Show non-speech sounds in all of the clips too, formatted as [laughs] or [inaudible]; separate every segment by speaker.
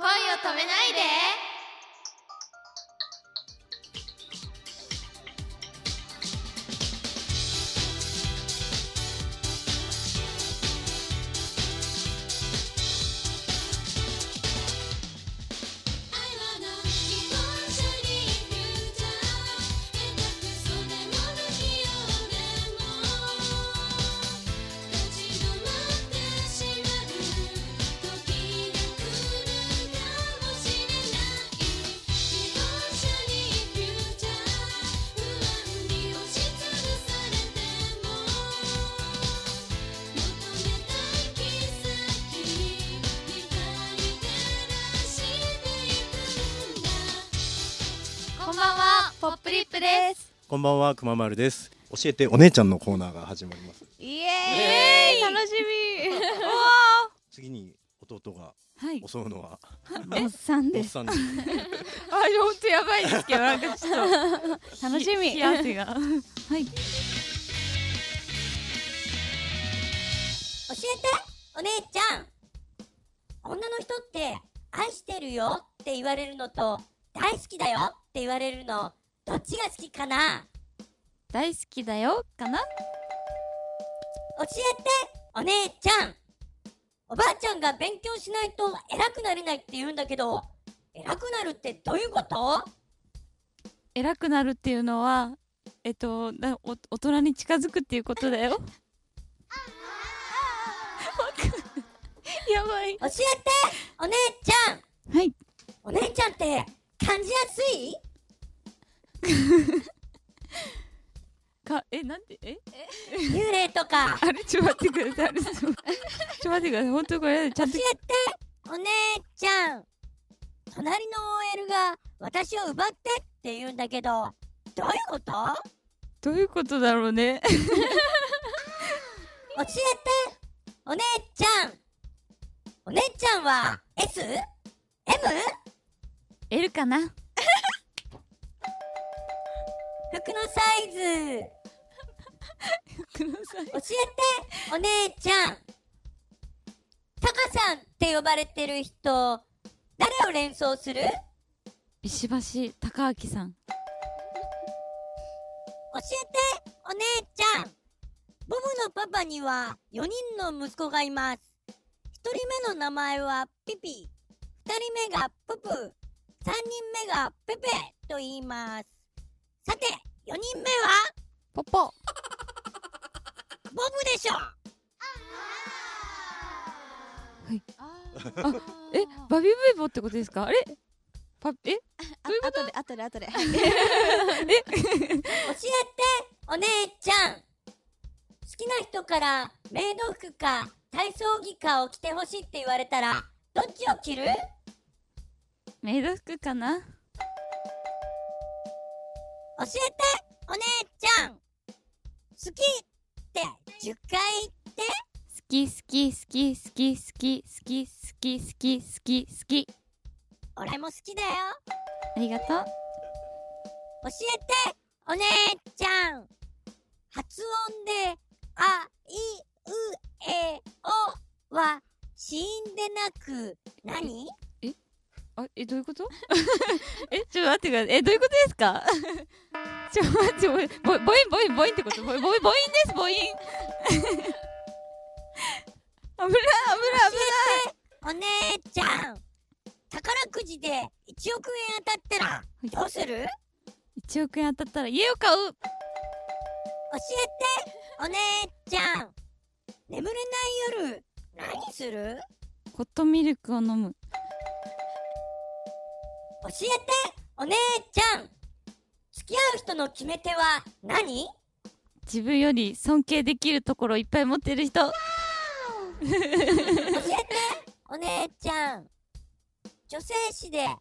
Speaker 1: 止めないでこんばんはポップリップです
Speaker 2: こんばんは、くままるです。教えてお姉ちゃんのコーナーが始まります。
Speaker 3: イ
Speaker 1: エーイ楽
Speaker 3: しみ
Speaker 2: 次に弟が
Speaker 3: はい
Speaker 2: 襲うのは
Speaker 3: おっさん
Speaker 2: おっ
Speaker 3: です
Speaker 2: さん
Speaker 4: [laughs]
Speaker 2: です。
Speaker 4: あ、本当やばいですけど、なんかちょっ [laughs] と
Speaker 3: 楽しみ
Speaker 4: 冷や汗が。
Speaker 3: はい
Speaker 5: 教えてお姉ちゃん女の人って愛してるよって言われるのと大好きだよって言われるのどっちが好きかな
Speaker 3: 大好きだよかな
Speaker 5: 教えてお姉ちゃんおばあちゃんが勉強しないと偉くなれないって言うんだけど偉くなるってどういうこと
Speaker 4: 偉くなるっていうのは、えっと、なお大人に近づくっていうことだよ。わかんやばい。
Speaker 5: 教えてお姉ちゃん
Speaker 3: はい
Speaker 5: お姉ちゃんって感じやすい
Speaker 4: か、え、なんで、え、
Speaker 5: 幽霊とか
Speaker 4: あれ、ちょっと待ってください。あれ、ちょっと待ってちょっと待ってください。本当これ、ちゃんと
Speaker 5: 教えてお姉ちゃん隣の OL が私を奪ってって言うんだけどどういうこと教
Speaker 4: どういうことだろう [laughs] ね。
Speaker 5: えてお姉ちゃんお姉ちゃんは S?M?
Speaker 3: L かな
Speaker 5: 服のサイズ
Speaker 4: ください。
Speaker 5: 教えてお姉ちゃんタカさんって呼ばれてる人誰を連想する教えて
Speaker 4: 石橋貴明さん。
Speaker 5: お姉ちゃんボムのパパには4人の息子がいます1人目の名前はピピ2人目がププ3人目がペペと言いますさて4人目は
Speaker 3: ポポ
Speaker 5: ボブでしょ
Speaker 4: え、バビブイボってことですかあれパ [laughs] えどういうこ
Speaker 3: 後で後で後で
Speaker 5: 教えてお姉ちゃん好きな人からメイド服か体操着かを着てほしいって言われたらどっちを着る
Speaker 4: メイド服かな
Speaker 5: 教えてお姉ちゃん好きって10回
Speaker 4: 好き好き好き好き好き好き好き好き好き好き
Speaker 5: 俺も好きだよ
Speaker 4: ありがとう
Speaker 5: 教えてお姉ちゃん発音であいうえおは死んでなく何
Speaker 4: あえどういうこと [laughs] えちょっと待ってくださいえどういうことですか [laughs] ちょ待って待ってボイボインボインボインってことボイボインボインですボイン [laughs] 危ない危ない危ない
Speaker 5: お姉ちゃん宝くじで1億円当たったらどうする
Speaker 4: 1億円当たったら家を買う
Speaker 5: 教えてお姉ちゃん眠れない夜何する
Speaker 4: ホットミルクを飲む
Speaker 5: 教えてお姉ちゃん付き合う人の決め手は何
Speaker 4: 自分より尊敬できるところをいっぱい持ってる人
Speaker 5: 教えてお姉ちゃん女性誌で「あ」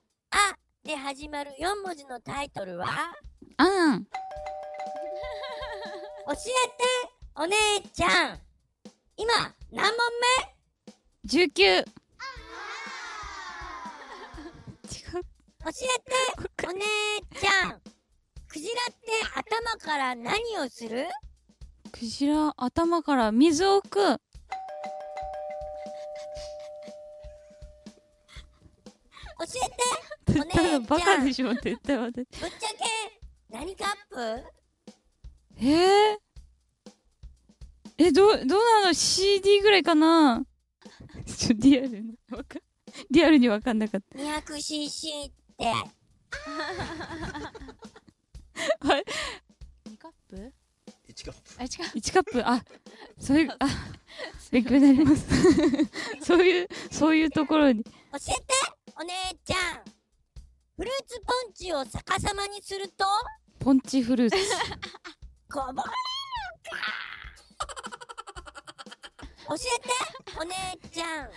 Speaker 5: で始まる4文字のタイトルは
Speaker 4: あん
Speaker 5: 教えてお姉ちゃん今何問目
Speaker 4: 19違う
Speaker 5: 教えてお姉ちゃんクジラって頭から何をする
Speaker 4: クジラ頭から水を置く
Speaker 5: 教えてお
Speaker 4: 絶
Speaker 5: 姉
Speaker 4: 対バ
Speaker 5: ちゃん
Speaker 4: カ
Speaker 5: ぶっ
Speaker 4: でしょ絶対私
Speaker 5: ちゃけ何カップ
Speaker 4: えー、えどうどうなの CD ぐらいかなちょリアルにわかんリアルに分かんなかっ
Speaker 5: 200cc って
Speaker 1: 二カップ
Speaker 2: 一カップ
Speaker 1: あ違う
Speaker 4: た1カップあそういうあ勉強になりますそういうそういうところに
Speaker 5: 教えてお姉ちゃんフルーツポンチを逆さまにすると
Speaker 4: ポンチフルーツ
Speaker 5: こぼれるか教えてお姉ちゃん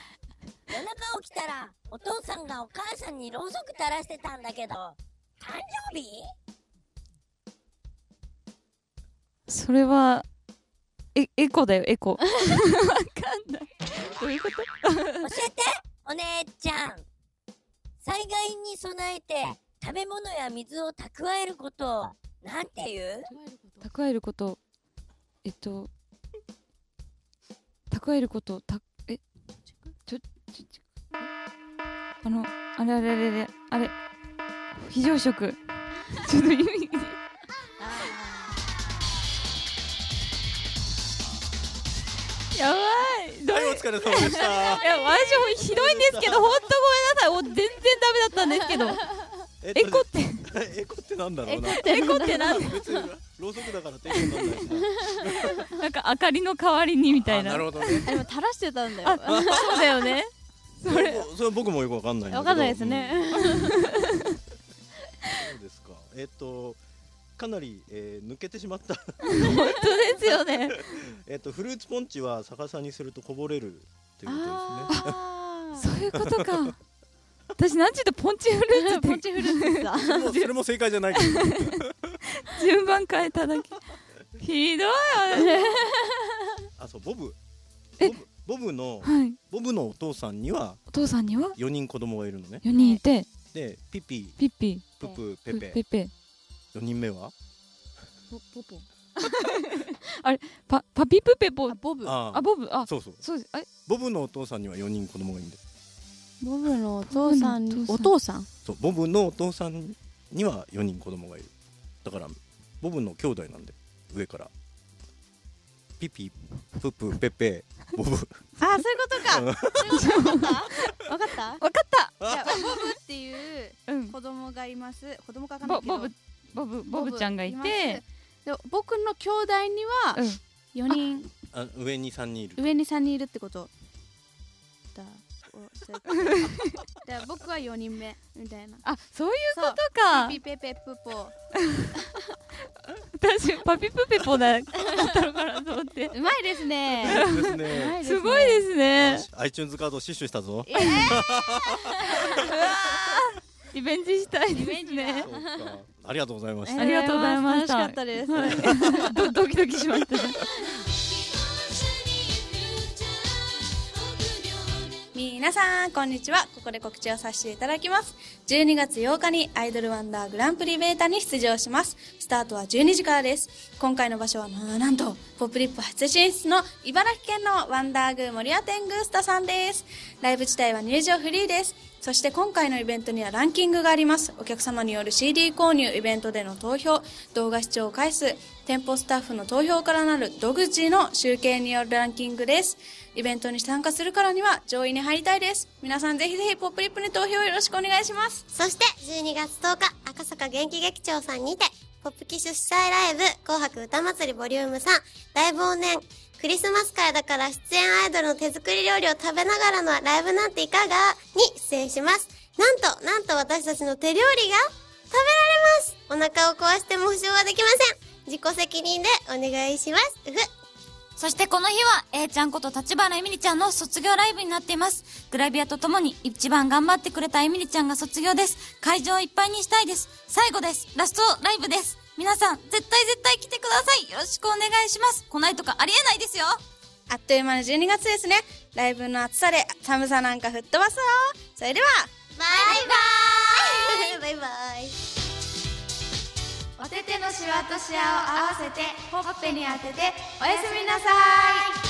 Speaker 5: 夜中起きたらお父さんがお母さんにろうそく垂らしてたんだけど誕生日
Speaker 4: それはえエコだよエコ [laughs] わかんないどういうこと
Speaker 5: 教えてお姉ちゃん災害に備えて食べ物や水を蓄えることをなんて言う
Speaker 1: どういうこと
Speaker 4: 蓄えることえっと蓄えることたえちょちょちょあのあれあれあれあれあれ非常食 [laughs] ちょっと意味やばいど
Speaker 2: はい
Speaker 4: れ
Speaker 2: お疲れ様でした
Speaker 4: いや私もひどいんですけど本当ごめんなさいお全然ダメだったんです
Speaker 2: [laughs] えっと
Speaker 4: けどエコって
Speaker 2: エコってなんだろうな
Speaker 4: エコってなん
Speaker 2: 別にろうそくだからってエコになんないしな
Speaker 4: なんか明かりの代わりにみたい
Speaker 2: あ
Speaker 4: な
Speaker 2: なるほどね
Speaker 1: あでも垂らしてたんだよ
Speaker 4: あそうだよ
Speaker 2: [laughs]
Speaker 4: ね
Speaker 2: それそれ僕もよくわかんないだけど
Speaker 1: わかんないですね
Speaker 2: [laughs] そうですか。えっ、とかなり、えー抜けてしまった。
Speaker 4: 本当ですよね
Speaker 2: えっとフルーツポンチは逆さにするとこぼれるということですね。
Speaker 1: あ
Speaker 4: [laughs] そういうことか。私なんちゅうとポンチフルーツっ
Speaker 1: ー
Speaker 4: て
Speaker 1: ポンチフルーツだ
Speaker 2: それもそれ
Speaker 4: [laughs]
Speaker 2: も正解じゃないけど。
Speaker 4: 順番変えただけ。
Speaker 1: [laughs]
Speaker 4: ひどいよね。
Speaker 2: あそうボブ。
Speaker 4: え
Speaker 2: ボブボブの
Speaker 4: はい。
Speaker 2: ボブのお父さんには
Speaker 4: お父さんには
Speaker 2: 4人子供がいるのね。
Speaker 4: 四人いて、
Speaker 2: でピピ
Speaker 4: ピッピ、
Speaker 2: ププペ
Speaker 4: プ
Speaker 2: ペ
Speaker 4: ペペ、
Speaker 2: 4人目は
Speaker 1: ポポ
Speaker 4: [laughs]
Speaker 1: ポ
Speaker 4: パパピプペポ
Speaker 1: あ、ボブ
Speaker 2: あ
Speaker 4: あボブ、あ、
Speaker 2: そうそう
Speaker 4: そうです。え、
Speaker 2: ボブのお父さんには4人子供がいるんで
Speaker 1: ボブのお父さん
Speaker 4: ボブの
Speaker 1: お
Speaker 4: お
Speaker 1: 父
Speaker 4: 父
Speaker 1: さん
Speaker 2: そうボブのお父さんには4人子供がいるだからボブの兄弟なんで上からピピププペペボ
Speaker 1: あ
Speaker 2: ブ
Speaker 1: そういうことかそういうこと分かった分かった
Speaker 4: わかった。
Speaker 1: じゃあボブっていう
Speaker 4: うん。
Speaker 1: 子供がいます子供かわかんない
Speaker 4: ボ
Speaker 1: けど
Speaker 4: ボブボブボブちゃんがいて、
Speaker 1: ますで僕の兄弟には
Speaker 4: うん。
Speaker 1: 4人
Speaker 2: あ上に3人いる
Speaker 1: 上に3人いるってことだおそういうこと
Speaker 4: [laughs]
Speaker 1: だ僕は4人目みたいな
Speaker 4: あ、そういう
Speaker 1: そう
Speaker 4: ことか。
Speaker 1: ピペペプポ
Speaker 4: 私パピプペ
Speaker 1: [laughs]
Speaker 4: ポだったのかなと思って。
Speaker 1: うまいですね
Speaker 2: です
Speaker 1: うま
Speaker 2: ね
Speaker 1: です
Speaker 4: ごいですね。
Speaker 2: iTunes カード死守したぞ
Speaker 1: えー
Speaker 4: リベンジしたいです
Speaker 1: リベンジ
Speaker 4: ね
Speaker 1: だ。
Speaker 2: ありがとうございまし
Speaker 1: えー
Speaker 2: た
Speaker 4: ありがとうございました
Speaker 1: 楽しかったです
Speaker 4: はい。 [laughs] ドドキドキしました。
Speaker 6: 皆さん、こんにちは。ここで告知をさせていただきます。12月8日にアイドルワンダーグランプリベータに出場します。スタートは12時からです。今回の場所は、ななんと、ポップリップ初進出の茨城県のワンダーグ森屋店グースタさんです。ライブ自体は入場フリーです。そして今回のイベントにはランキングがあります。お客様による CD 購入、イベントでの投票、動画視聴回数、店舗スタッフの投票からなる独自の集計によるランキングです。イベントに参加するからには上位に入りたいです。皆さんぜひぜひポップリップに投票よろしくお願いします。
Speaker 7: そして12月10日、赤坂元気劇場さんにて、ポップキッシュ主催ライブ、紅白歌祭りボリューム3、大忘年、クリスマス会だから出演アイドルの手作り料理を食べながらのライブなんていかがに出演します。なんと、なんと私たちの手料理が食べられますお腹を壊しても保証はできません自己責任でお願いします。うふ
Speaker 8: そしてこの日は、A ちゃんこと立花えみりちゃんの卒業ライブになっています。グラビアとともに一番頑張ってくれたえみりちゃんが卒業です。会場をいっぱいにしたいです。最後です。ラストライブです。皆さん、絶対絶対来てください。よろしくお願いします。来ないとかありえないですよ。
Speaker 6: あっという間の12月ですね。ライブの暑さで寒さなんか吹っ飛ばすよ。それでは、
Speaker 7: バイバーイバイバイ
Speaker 1: お手手のシワとシワを合わせてほっぺに当てておやすみなさい